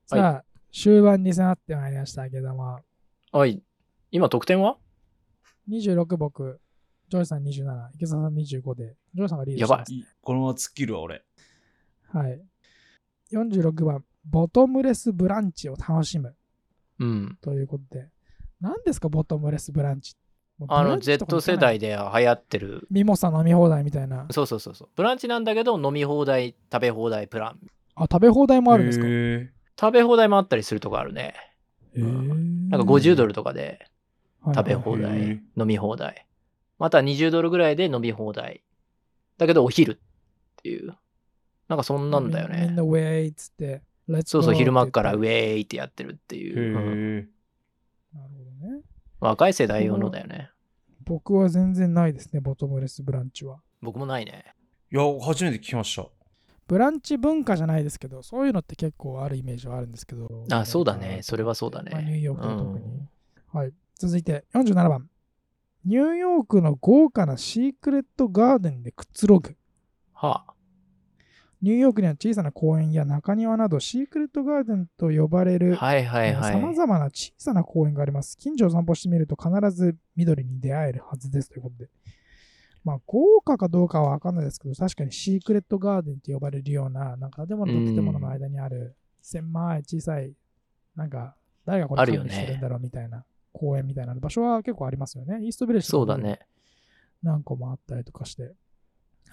A: さあ、終盤に迫ってまいりましたけども、
C: はい。今、得点は
A: 26僕、ジョイさん27、池澤さん25で、ジョイさんがリード
C: や
A: して
C: ばい
A: ます。
B: いこのまま突っ切るわ、俺。
A: はい。46番、ボトムレスブランチを楽しむ
C: うん。
A: ということで、何ですか、ボトムレスブランチ。もう
C: あ
A: ブラ
C: の、
A: ンチとか
C: Z
A: も行
C: 世
A: かない
C: 代。で流行ってる。
A: ミモサ飲み放題みたいな。
C: そうそうそうそう。ブランチなんだけど、飲み放題、食べ放題プラン。
A: あ、食べ放題もあるんですか
B: へー
C: 食べ放題もあったりするとこあるね。
A: へー
C: なんか50ドルとかで
A: はい
C: 食べ放
B: へ
C: 題
B: え、
C: 飲み放題。また20ドルぐらいで飲み放題。だけどお昼っていう。なんかそんなんだよ
A: みみん
C: ね
A: な。ウェイっつって、レッツ
C: そうそう、昼間っからウ
A: ェイ。
C: ェイってやってるっていう。うん
B: へえ。
A: なるほどね。
C: 若い世代用のだよね。
A: 僕は全然ないですね、ボトムレスブランチは。
C: 僕もないね。
B: いや、初めて聞きました。
A: ブランチ文化じゃないですけど、そういうのって結構あるイメージはあるんですけど。
C: あ、そうだね。それはそうだね。
A: まあニューヨークは特に、
C: うん
A: はい。続いて47番。ニューヨークの豪華なシークレットガーデンでくつろぐ。
C: はあ。
A: ニューヨークには小さな公園や中庭などシークレットガーデンと呼ばれる
C: はいはいはい。
A: さまざまな小さな公園があります。近所を散歩してみると必ず緑に出会えるはずですということで。まあ、豪華かどうかは分かんないですけど、確かにシークレットガーデンって呼ばれるような、なんか建物と建物の間にある狭い小さい、なんか誰がこれ
C: あるよ
A: 管
C: ね
A: 理してるんだろうみたいな公園みたいな場所は結構ありますよね。イーストビレッジとか
C: そうだね。
A: 何個もあったりとかして、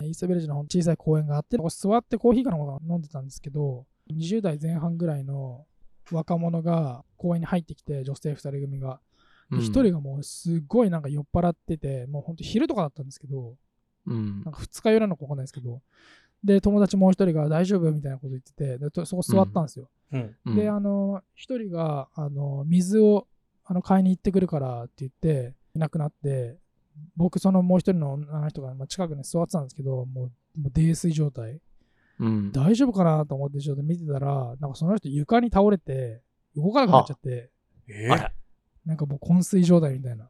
A: イーストビレッジの小さい公園があって、ここ座ってコーヒーかなんか飲んでたんですけど、20代前半ぐらいの若者が公園に入ってきて、女性2人組が、
C: うん
A: 1人がもうすごいなんか酔っ払ってて、もう本当昼とかだったんですけど、
C: うん
A: なんか2日夜なのかわかんないですけど、で、友達もう1人が大丈夫みたいなこと言ってて、でとそこ座ったんですよ。
B: うん。
C: うん
A: で、あの、1人が、あの、水をあの買いに行ってくるからって言って、いなくなって、僕、そのもう一人の女の人がまあ近くに座ってたんですけど、もう、もう泥酔状態。
C: うん
A: 大丈夫かなと思ってちょっと見てたら、なんかその人床に倒れて、動かなくなっちゃって、
B: え
C: あら
A: なんかもう昏睡状態みたいな。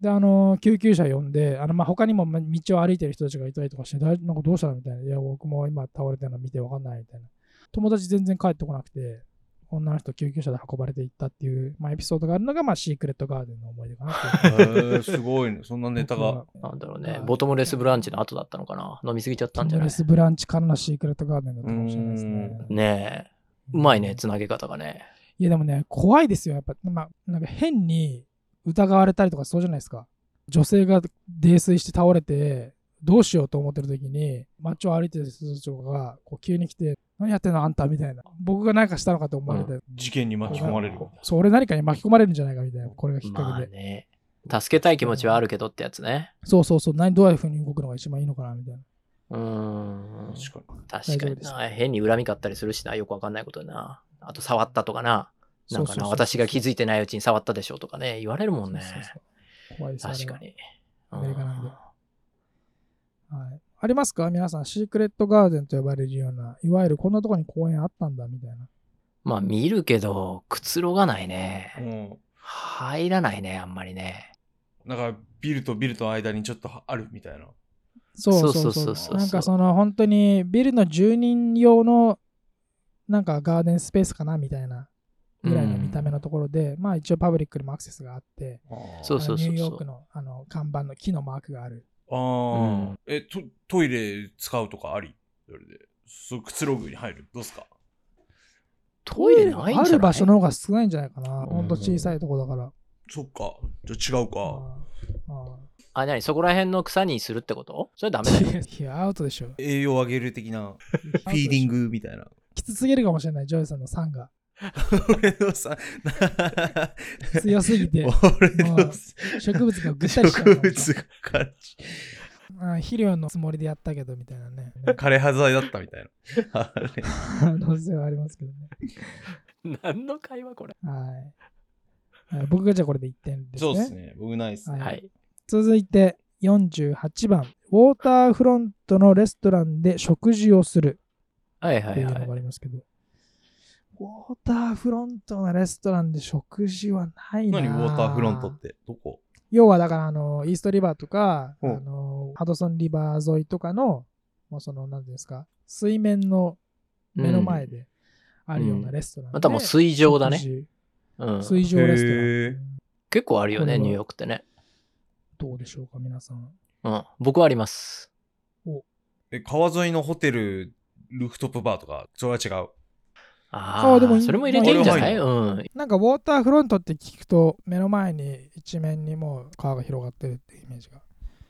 A: で、あの、救急車呼んで、あの、まあ、他にもまあ道を歩いてる人たちがいたりとかして、大なんかどうしたのみたいな。いや、僕も今倒れてるの見てわかんないみたいな。友達全然帰ってこなくて、女の人救急車で運ばれていったっていう、まあ、エピソードがあるのが、まあ、シークレットガーデンの思い出かなっていう
B: へーすご いね。そん なネタ
A: 僕
B: が
A: は。
C: なんだろ
A: は
C: うね
A: い。
C: ボトムレスブランチの後だったのかな。飲みすぎちゃったんじゃ
A: トム
C: な
A: レ
C: い
A: スブランチからのシークレットガーデンだったかもしれないです
B: う
A: ね。
C: ねえ。うまいね、つなげ方がね。
A: いやでもね、怖いですよ。やっぱ、まあ、なんか変に疑われたりとかそうじゃないですか。女性が泥酔して倒れて、どうしようと思ってる時に、街を歩いてる人たちが、こう急に来て、何やってんのあんたみたいな。僕が何かしたのかと思われて、
B: 事件に巻き込まれる。
A: そう、俺何かに巻き込まれるんじゃないかみたいな。これがきっ
C: ま
A: か
C: あ
A: けで。
C: ね。助けたい気持ちはあるけどってやつね。
A: そうそうそう、何、どういうふうに動くのが一番いいのかなみたいな。
C: うーん。
B: 確かに。
C: 確か
A: 大丈夫
C: に
A: です
C: な。変に恨み買ったりするしな。よくわかんないことにな。あと、触ったとかな。なんか
A: そうそうそ
C: な、
A: う
C: 私が気づいてないうちに触ったでしょとかね。言われるもんね。
A: そうそうそう怖いです
C: 確か。
A: あれ
C: に。
A: アメリカなんで
C: うん
A: ははい、ありますか皆さん、シークレットガーデンと呼ばれるような、いわゆるこんなとこに公園あったんだみたいな。
C: まあ、見るけど、くつろがないね。
B: うん。
C: 入らないね、あんまりね。
B: なんか、ビルとビルとの間にちょっとあるみたいな。
A: そうそう
C: そ
A: そ
C: うそううそうそう
A: なんかその本当にビルの住人用のなんかガーデンスペースかなみたいなぐらいの見た目のところで、まあ一応パブリックにもアクセスがあって、
C: そう
A: あのニューヨークのあの看板の木のマークがある。
B: ああ、えト、トイレ使うとかありそれで。そう、くつろぐに入る。どうすか
C: トイレないんじゃない
A: ある場所の方が少ないんじゃないかな。
C: ん
A: ほんと小さいとこだから。
B: そっか。じゃあ違うか。
A: ああ
C: あ、なにそこら辺の草にするってことそれダメだよ。
A: いや、アウトでしょ。フ
B: 栄養を上げる的な、フィーディン
A: グ。
B: グみ たいな。
A: きつすぎるかもしれない、ジョイさんの酸 が。
B: 俺のさ、
A: 強すぎて、
B: 俺の
A: 植物がぐったりしちゃう
B: 植
A: かもし
B: 物が感じ
A: れない。ああ肥料のつもりでやったけどみたいな ね。
B: 枯れ葉剤だったみたいな。 あれ
A: 可能性はありますけどね。
C: 何の会話これ。
A: はい。はい僕がじゃあこれで1点です
B: そ
A: ね。
B: うですね。僕ないっすね。
A: はい
C: はい。
A: 続いて48番。ウォーターフロントのレストランで食事をする
C: はいは
A: ってい
C: いうは
A: の
C: い
A: があ。りますけど。ウォーターフロントのレストランで食事はないな。
B: 何ウォーターフロントってどこ
A: 要はだからあの、イーストリバーとか、あ
B: うん
A: のハドソンリバー沿いとかの、もうその、なんていうんですか、水面の目の前
C: うん。
A: であるようなレストランで。
C: またもう水上だね。
A: 食
C: うん
A: 事。水上レストラン。
B: へー
C: 結構あるよ
A: これは
C: ね、ニューヨークってね。
A: どうでしょうか、皆さん。
C: うん。僕はあります。
B: え川沿いのホテル、ルーフトップバーとか、それは違う。
C: ああ、
A: あでもいい
C: それも入れていいんじゃない
B: ま
C: うん。
A: なんかウォーターフロントって聞くと、目の前に一面にもう川が広がってるってイメージが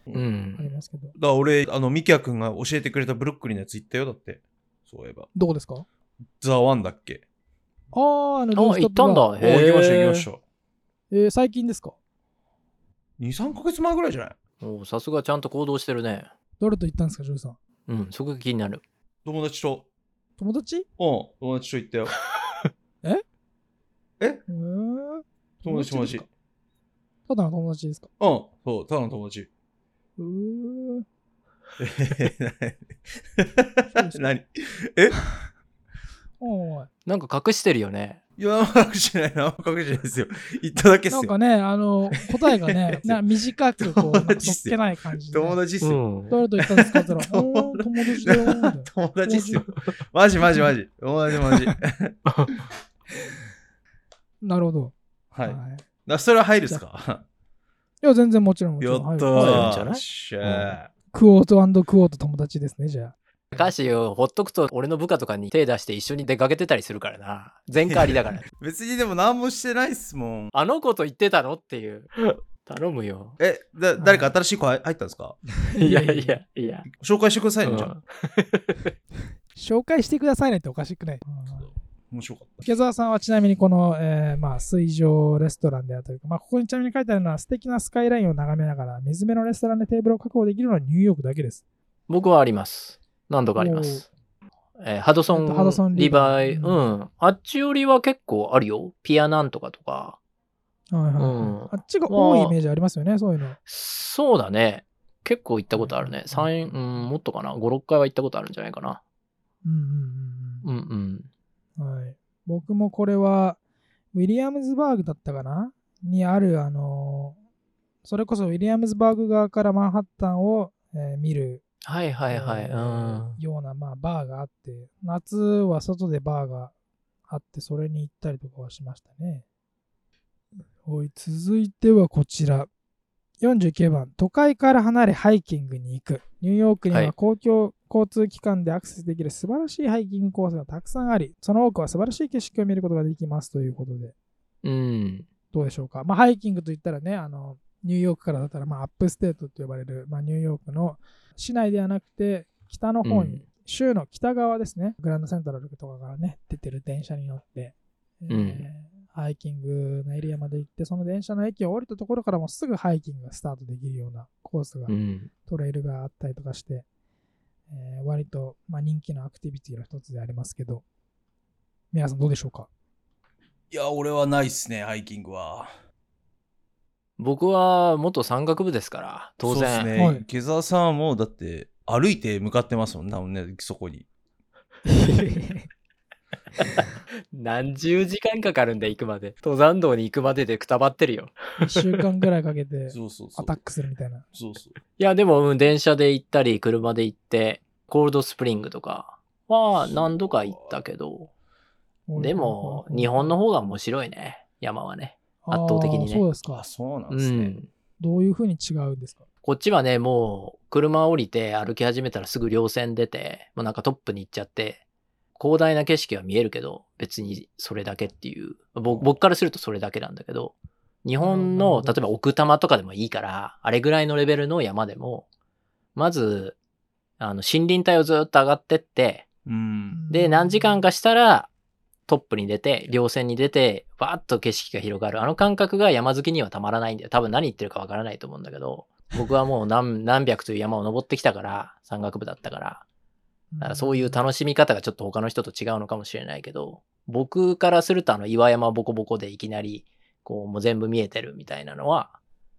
B: う
C: う
A: あり
C: ん。
A: ますけど、
B: だから俺、あの、ミキヤ君が教えてくれたブロックリンのやつ行ったよ、だって。そういえば。
A: どこですかあ
B: ザ・ワンだっけ
A: あー、あの、ルー
C: あ、
A: フ
C: 行
A: ト
C: っ
A: ップ
C: た
A: バー
C: んだ。
B: あ
C: へえ。
B: 行きました、行きました。
A: えー最近ですか
B: 2、3ヶ月前ぐらいじゃない
C: おうさすがちゃんと行動してるね。
A: 誰と行ったんですか、ジョージさん。
C: うん、そこが気になる。
B: 友達と。
A: 友達
B: うん、友達と行ったよ。
A: うーん。
B: 友達、友
A: 友達
B: 達。
A: です、
B: うん
A: ただの友達ですか
B: そう、ただの友達。
A: うーん。
B: えへへ 何何え
A: おい。
C: なんか隠してるよね。
B: いや、何も隠してない、何も隠してないですよ。行っただけっす
A: なん
B: よ
A: か。ね、あの、答えが ね、な短くこう、なんか
B: 友達
A: そ
B: っ
A: っ
B: すよ
A: けない感じで。
B: 友達っす
C: う
B: よ。
C: ん。
A: 誰と行ったんですかって言った ら、
B: 友
A: おー
B: 達
A: 友達だよ。 みたいな
B: 友達っすよ。マジマジマジ。友達マジ。
A: なるほど。
B: はい。
A: い
B: だそれは入るっすか
A: いや、全然もちろんもち
B: や
A: ろ
B: っ
A: ん。
B: た
A: はい
B: ー
C: 入るんじゃない
B: よっしゃ
A: クオートクオート友達ですね、じゃ
C: 歌詞をほっとくと俺の部下とかに手出して一緒に出かけてたりするからな。全回ありだ から。
B: ー別にでも何もしてないっすもん。
C: あの子と言ってたのっていう。頼むよ。
B: え、だ誰か新しい子入ったんですか
A: あ。
C: いやい。やいや。
B: 紹介してくださいね、じゃ
C: う
B: あ。
C: ん
A: 紹介してくださいねっておかしくない。
B: 面白かった。
A: 池澤さんはちなみにこの、えーまあ、水上レストランであるというか、まあ、ここにちなみに書いてあるのは素敵なスカイラインを眺めながら水辺のレストランでテーブルを確保できるのはニューヨークだけです。
C: 僕はあります。何度かあります。えーハドソ
A: えっとハドソン
C: ン
A: リ
C: リ
A: バ
C: バ
A: ー
C: イ、
A: う
C: うんん。あっちよりは結構あるよ。ピアなんとかとか。
A: はいはいはい
C: うん
A: あっちが多いイメージありますよね、そういうの。
C: そうだね。結構行ったことあるね。三うん、もっとかな。5、6回は行ったことあるんじゃないかな。
A: うんうん
C: うんうん。
A: うんうんはい、僕もこれはウィリアムズバーグだったかなにある、あのーそれこそウィリアムズバーグ側からマンハッタンを、えー見る
C: はいはいはい。
A: え
C: う
A: ー
C: ん。
A: ような、まあ、バーがあって、夏は外でバーがあって、それに行ったりとかはしましたね。おい、続いてはこちら。49番、都会から離れハイキングに行く。ニューヨークに
C: は
A: はい公共交通機関でアクセスできる素晴らしいハイキングコースがたくさんあり、その多くは素晴らしい景色を見ることができますということで、
C: うん。
A: どうでしょうか。まあ、ハイキングといったらね、あの、ニューヨークからだったら、まあ、アップステートって呼ばれる、まあ、ニューヨークの市内ではなくて、北の方に、
C: うん
A: 州の北側ですね、グランドセントラルとかからね、出てる電車に乗って、えー
C: うん
A: ハイキングのエリアまで行って、その電車の駅を降りたところからもすぐハイキングがスタートできるようなコースが
C: うん。
A: トレイルがあったりとかして、えー割と、まあ、人気のアクティビティの一つでありますけど、皆さんどうでしょうか
B: いや、俺はないっすね、ハイキングは。
C: 僕は元山岳部ですから、当然。
B: そうっす
A: は
B: ね。
A: い
B: 池澤さんはもうだって、歩いて向かってますもんな、ね、そこに。
C: 何十時間かかるんだ、行くまで。登山道に行くまででくたばってるよ。
A: ?1 週間ぐらいかけ て
B: そうそうそ
A: ア
B: う
A: タッ。クするみたいな。
B: そうそう。
C: いや、でも、うん電車で行ったり、車で行って、コールドスプリングとかは何度か行ったけど、でも、日本の方が面白いね、山はね。圧倒的にね
A: あーそうですか
B: あ、。そうなん
C: う
B: ですね。
C: ん。
A: どういうふうに違うんですか
C: こっちはね、もう、車降りて歩き始めたらすぐ稜線出て、もうなんかトップに行っちゃって、広大な景色は見えるけど、別にそれだけっていう、ぼ僕からするとそれだけなんだけど、日本
A: う
C: の、
A: ん
C: 例えば奥多摩とかでもいいから、あれぐらいのレベルの山でも、まず、あの、森林帯をずっと上がってって、
B: うん。
C: で、何時間かしたら、トップに出て、稜線に出て、バーッと景色が広がる。あの感覚が山好きにはたまらないんだよ。多分何言ってるかわからないと思うんだけど、僕はもう何 何百という山を登ってきたから、山岳部だったから、だからそういう
A: た
C: 楽しみ方がちょっと他の人と違うのかもしれないけど、僕からするとあの岩山ボコボコでいきなり、こうもう全部見えてるみたいなのは、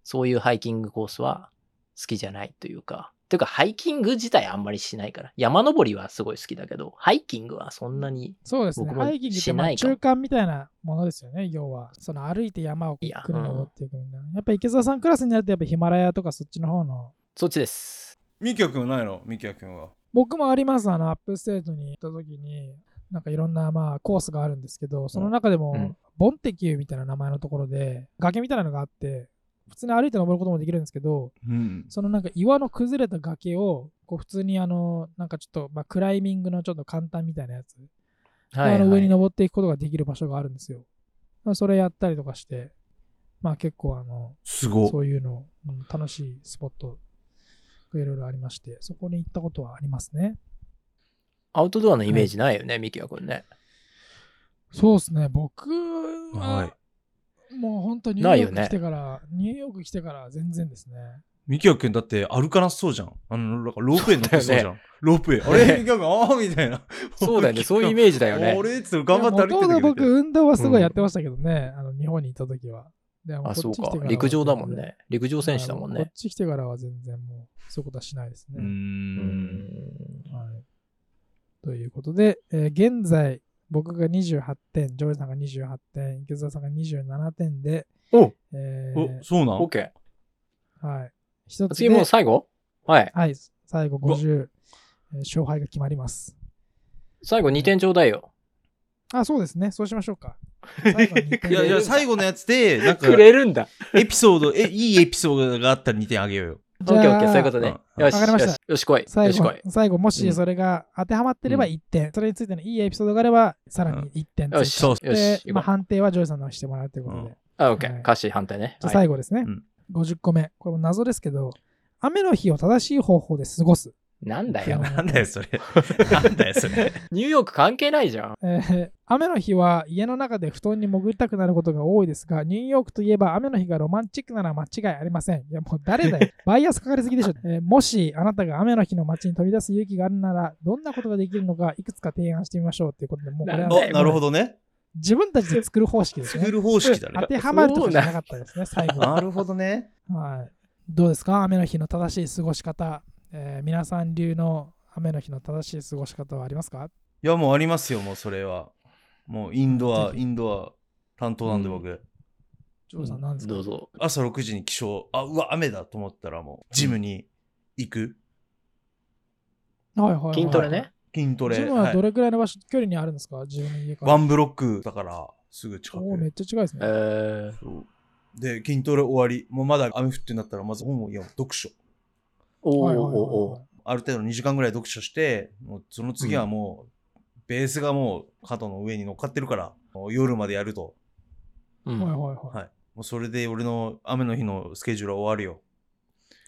C: そういうハイキングコースは好きじゃないというか、というかハイキング自体あんまりしないから、山登りはすごい好きだけど、ハイキングはそんなに、
A: そうですね。
C: 僕も
A: ハイキングって
C: し
A: ま
C: な
A: あ
C: いか
A: 中間みたいなものですよね、要は。その歩いて山をゆっくり登っていくみたいな。やっぱ池澤さんクラスになると、やっぱヒマラヤとかそっちの方の
C: そっちです。
B: ミキヤ君はないのミキヤ君は。
A: 僕もありますあのアップステートに行った時になんかいろんなまあコースがあるんですけどその中でも、
C: うん
A: ボンテキューみたいな名前のところで崖みたいなのがあって普通に歩いて登ることもできるんですけど
B: うん。
A: そのなんか岩の崩れた崖をこう普通にあのなんかちょっと、まあ、クライミングのちょっと簡単みたいなやつ、
C: はい、
A: あの
C: は
A: 上に
C: い。
A: 登っていくことができる場所があるんですよまあそれやったりとかしてまあ結構あの
B: すごい
A: そ。ういうの、うん楽しいスポットがいろいろありましてそこに行ったことはありますね
C: アウトドアのイメージないよね、ミキはこれね。
A: そうですね、僕
B: は
A: は、もう本当ニュ
C: な
A: ー
C: い
A: ヨー
C: よ
A: ク
C: ね
A: 来てから、ニューヨーク来てから全然ですね。
B: ミキヤ君だって歩かなそうじゃん。あの、なんかロープウェイ乗ってそうじゃ
C: そ
B: ん。ロープウェイ。あれミキヤ君、ああみたいな。
C: そうだ よね、そういうイ
B: ー
C: メージだよね。
B: 俺っつって頑張って歩いて
A: いや元々
B: るけ
A: 僕、
B: ど。
A: 運動はすごいやってましたけどね、あの日本にいた時は。でも
C: あ、
A: こ
C: そ
A: っ
C: う
A: ち来て
C: か
A: ら。は
C: 陸上だもんね。陸上選手だもん
A: あのこ
C: ね
A: っ。ち来てからは全然もう、そういうことはしないです
B: う。
A: ね。
C: うんん
A: はい、ということで、えー現在、僕が28点、ジョージさんが28点、池澤さんが27点で、
B: お
A: えー
B: お、そうな
C: オッ
B: ん
C: ケー。
A: はい。一つ
C: 次
A: で
C: もう最後はい。
A: はい、最後
B: うわ
A: 50、えー勝敗が決まります。
C: 最後2点ちょうだい よ。
A: あ、そうですね。そうしましょう か。最後に一点
B: いやいや、最後のやつで、なんか、
C: るんだ。
B: エピソード、え、いいエピソードがあったら2点あげようよ。
C: オッ
A: じ
C: ケ
A: ゃあ
C: ーオッケー、そういうことね。
B: うん
C: よし、
A: わかりました
C: よしよし来い。
A: 最
C: よし来
A: 後
C: い。、
A: 最後、も
C: う
A: し
C: ん
A: それが当てはまってれば
C: うん
A: 1点、それについてのいいエピソードがあれば、さら
B: う
A: に1点
C: よし、
A: 追
B: そう
C: よ
B: っ
C: し、
A: 加して
C: 行
A: まあ、
C: こう
A: 判定はジョイさんの方してもらうということで。
B: うん
A: じ
C: あ、オッケ
A: はい
C: ー。歌詞反対ね。
A: ゃあ
C: はい
A: 最後ですね、
B: うん
A: 50個目。これも謎ですけど、雨の日を正しい方法で過ごす。
C: なん だよ。
B: なんだよ、それ。なんだよ、それ。
C: ニューヨーク関係ないじゃん。
A: えー 雨の日は家の中で布団に潜りたくなることが多いですが、ニューヨークといえば雨の日がロマンチックなら間違いありません。いや、もう誰だよ。バイアスかかりすぎでしょ。えーもしあなたが雨の日の街に飛び出す勇気があるなら、どんなことができるのか、いくつか提案してみましょうということで、もうこれは
C: なんだ
B: あ、
C: よ
B: なるほどね。
A: 自分たちで作る方式です
B: ス
A: ね
B: ク。ル方式だ
A: 当
B: ね。
A: てはまるとかじゃなかったですね、最後は。
B: なるほどね。
A: はい。どうですか雨の日の正しい過ごし方。えー皆さん流の雨の日の正しい過ごし方はありますか
B: いや、もうありますよ、もうそれは。もうインドア、
A: ぜひ
B: インドア担当なんで僕。
A: ジョーさん、何ですか
C: どうぞ。
B: 朝6時に起床、あ、うわ、雨だと思ったらもう、ジムに行く。
A: はいはいはい
C: 筋トレね。
B: 筋トレ。
A: ジムはど
B: はい
A: れくらいの場所、距離にあるんですか自分の家から。
B: ワンブロックだから、すぐ近
A: おーめっ
B: く。
A: ちゃ近いです
C: え
A: ね。
C: ー、
B: そうで、筋トレ終わり。もうまだ雨降ってなったら、まず本を読む。読書。
C: おーおー
A: はい
C: お
A: はいはいはい
C: ーお
B: ある程度2時間ぐらい読書して、もうその次はもう、ベースがもう肩の上に乗っかってるから、もう夜までやると。
C: う
A: はい
C: ん。
A: はい は
B: はい。もうそれで俺の雨の日のスケジュールは終わるよ。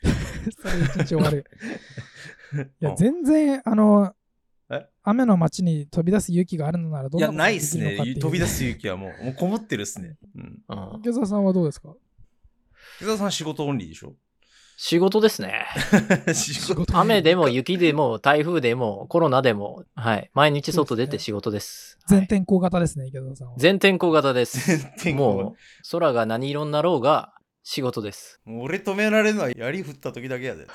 A: い。それ一日終わる。いや、
B: うん
A: 全然、あの
B: え、
A: 雨の街に飛び出す勇気があるのならど
B: いうや、
A: な
B: ないっすね。飛び出
A: す。
B: す勇気はもう、もうこもってるっすね。うん。
C: うん
A: 池澤さんはどうですか
B: 手沢さん仕事オンリーでしょ
C: 仕事で すね。
B: 仕事
A: 仕事
C: 雨でも雪でも台風でもコロナでも、はい。毎日外出て仕事です。
A: 全
C: はい
A: 天候型ですね、池澤さんは。
C: 全天候型で
B: 全
C: す。
B: 然
C: もう、空が何色になろうが仕 事です。
B: もう俺止められるのは槍振った時だけやで。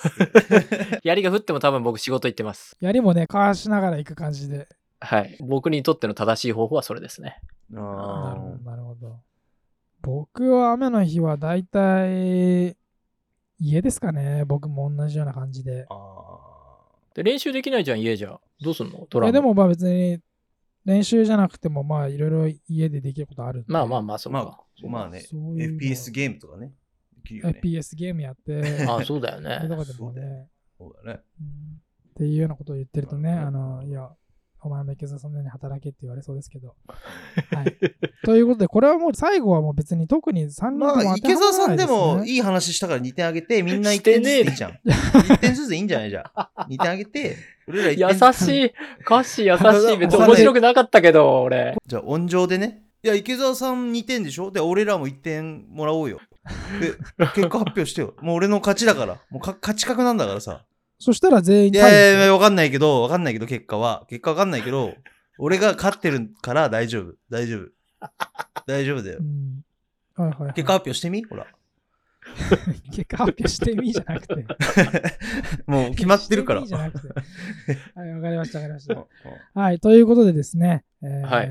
C: 槍が降っても多分僕仕事行ってます。
A: 槍もね、かわしながら行く感じで。
C: はい。僕にとっての正しい方法はそれですね。
A: なるほど
B: あ、
A: なるほど。僕は雨の日は大体、家ですかね。僕も同じような感じで
B: あ。あ
C: で練習できないじゃん、家じゃ。どうすんのド
A: い
C: ラム。
A: やでもまあ別に、練習じゃなくても、まあいろいろ家でできることあるんで。
C: まあまあまあ、そう
B: ま
C: か
B: あ。ー。まあね、
A: そういうの
B: FPS ゲームとかね。できるよね。
A: FPS ゲームやって、
C: ああ、そうだよ
A: そういうとこ
C: ね。
A: でも
B: そうだ
A: ね、
B: そうだね。
A: うんっていうようなことを言ってるとね、
B: まあ
A: あの、いや、お前も池澤さんのように働けって言われそうですけ ど。はい。ということで、これはもう最後はもう別に特に3人とも
B: まあ、
A: 当て
B: 池
A: はまら
B: 澤さ
A: なんい
B: です
A: ね
B: もいい話したから2点あげて、みんな1
C: して
B: 点ずつで
C: ねえ
B: いいじゃん。1点ずつでいいんじゃないじゃあ。2点あげて、俺ら1
C: 優
B: 点ずつ
C: しい。歌詞優 しい。別に
B: あ
C: 面白くなかったけど、俺。
B: じゃあ、音情でね。いや、池澤さん2点でしょで、俺らも1点もらおうよ。で、結果発表してよ。もう俺の勝ちだから。もうか勝ち確なんだからさ。
A: そしたら全員
B: いやいやい
A: や
B: や、わかんないけど、わかんないけど、結果は。結果わかんないけど、俺が勝ってるから大丈夫。大丈夫。大丈夫だよ
A: う。ん。はいはいはい、
B: 結果発表してみほら。
A: 結果発表してみじゃなくて。
B: もう 決まってるから。
A: してみじゃなくてはい、わかりました、わかりまし
B: うん
A: た。
B: うん
A: はい、ということでですね、えー
C: はい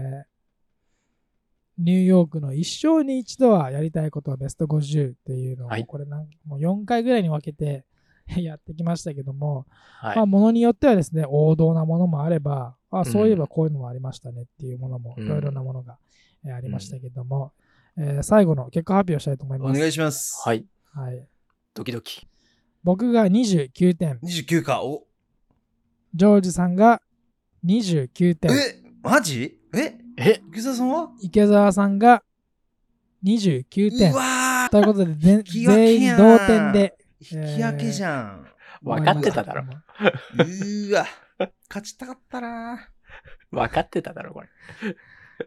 A: ニューヨークの一生に一度はやりたいことはベスト50っていうのを、
C: はい
A: これなんもう4回ぐらいに分けて やってきましたけども、
C: はい
A: まあ、。ものによってはですね、王道なものもあれば、あそういえばこういうのもありましたねっていうものも、
C: うん
A: いろいろなものが、えーありましたけども、えー最後の結果発表したいと思い
B: お
A: ます。
B: 願いします。
C: はい。
A: はい、
C: ドキドキ。
A: 僕が29点、
B: 29か。お
A: ジョージさんが29点、
B: えマジえ
C: え
B: 池澤さんは
A: 池澤さんが29点
B: う。わ
A: ということで、全
B: 引き分け
A: 全
B: や
A: 員
B: ん
A: 同点で
B: ー引き分けじゃん。
C: 分かってただろ。
B: うーわ。勝ちたかったな
C: 分かってただろ、これ。
B: ー。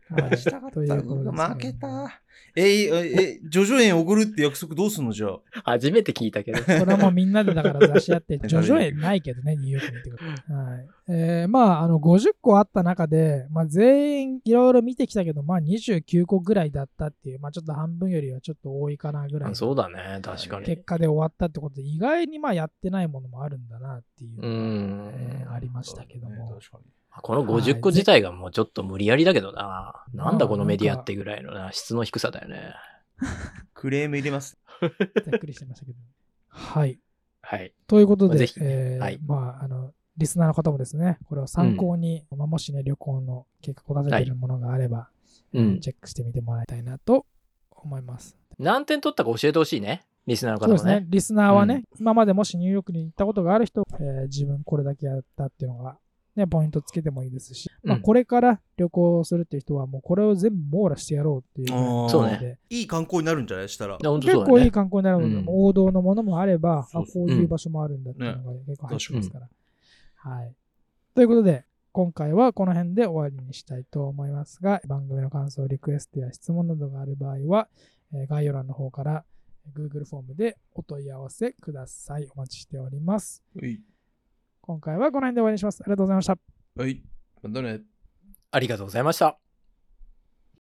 B: 勝ちたかっ
A: と
B: た。
A: いううことですね
B: わ負けた。えー、えー、えー、ジョジョ園おごるって約束どうすんのじゃあ。
C: 初めて聞いたけど。
A: これはもうみんなでだから雑誌やって、徐々にないけどね、ニューヨークにってことは。はい。えーまあ、あの、50個あった中で、まあ、全員いろいろ見てきたけど、まあ、29個ぐらいだったっていう、まあ、ちょっと半分よりはちょっと多いかなぐらい
C: あ。そうだね、確かに
A: 結。果で終わったってことで、意外にまあ、やってないものもあるんだなっていうう、え
C: ん
A: ー。ありましたけども。
B: 確かに
C: この
A: はい
C: 50個自体がもうちょっと無理やりだけどな。
A: い
C: なんだこのメディアってぐらいのな、質の低さだよね。
B: クレーム入れます。
A: ざっくりしてましたけど。はい。
C: はい。
A: ということ
C: まあ
A: で
C: ぜひ、
A: えー
C: はい
A: まあ、あの、リスナーの方もですね、これを参考に、まあもしね、旅行の計画を立てているものがあれば、
C: うん。
A: チェックしてみてもらいたいなと思います。
C: 何点取ったか教えてほしいね。リスナーの
A: そ
C: 方
A: うで
C: も
A: すね
C: ね。、
A: リスナーはね、今までもしニューヨークに行ったことがある人、えー自分これだけやったっていうのが、ね、ポイントつけてもいいですし、まあ、
C: うん
A: これから旅行をするっていう人は、もうこれを全部網羅してやろうっていう
B: あー
A: 感
C: そう
A: じ
C: ね
A: で。
B: いい観光になるんじゃないしたら。
C: いやほんと
A: 結
C: そうだ
A: 構
C: よ
A: いい
C: ね。
A: 観光になるので、
C: うん
A: 王道のものもあれば、あ
B: そう
A: こ
B: そう
A: ういう場所もあるんだっていうのが結構入ってますから。はい、ということで、今回はこの辺で終わりにしたいと思いますが、番組の感想、リクエストや質問などがある場合は、えー概要欄の方から Google フォームでお問い合わせください。お待ちしております。
B: はい。
A: 今回はこの辺で終わりにします。ありがとうございました。
B: はい。またね。
C: ありがとうございました。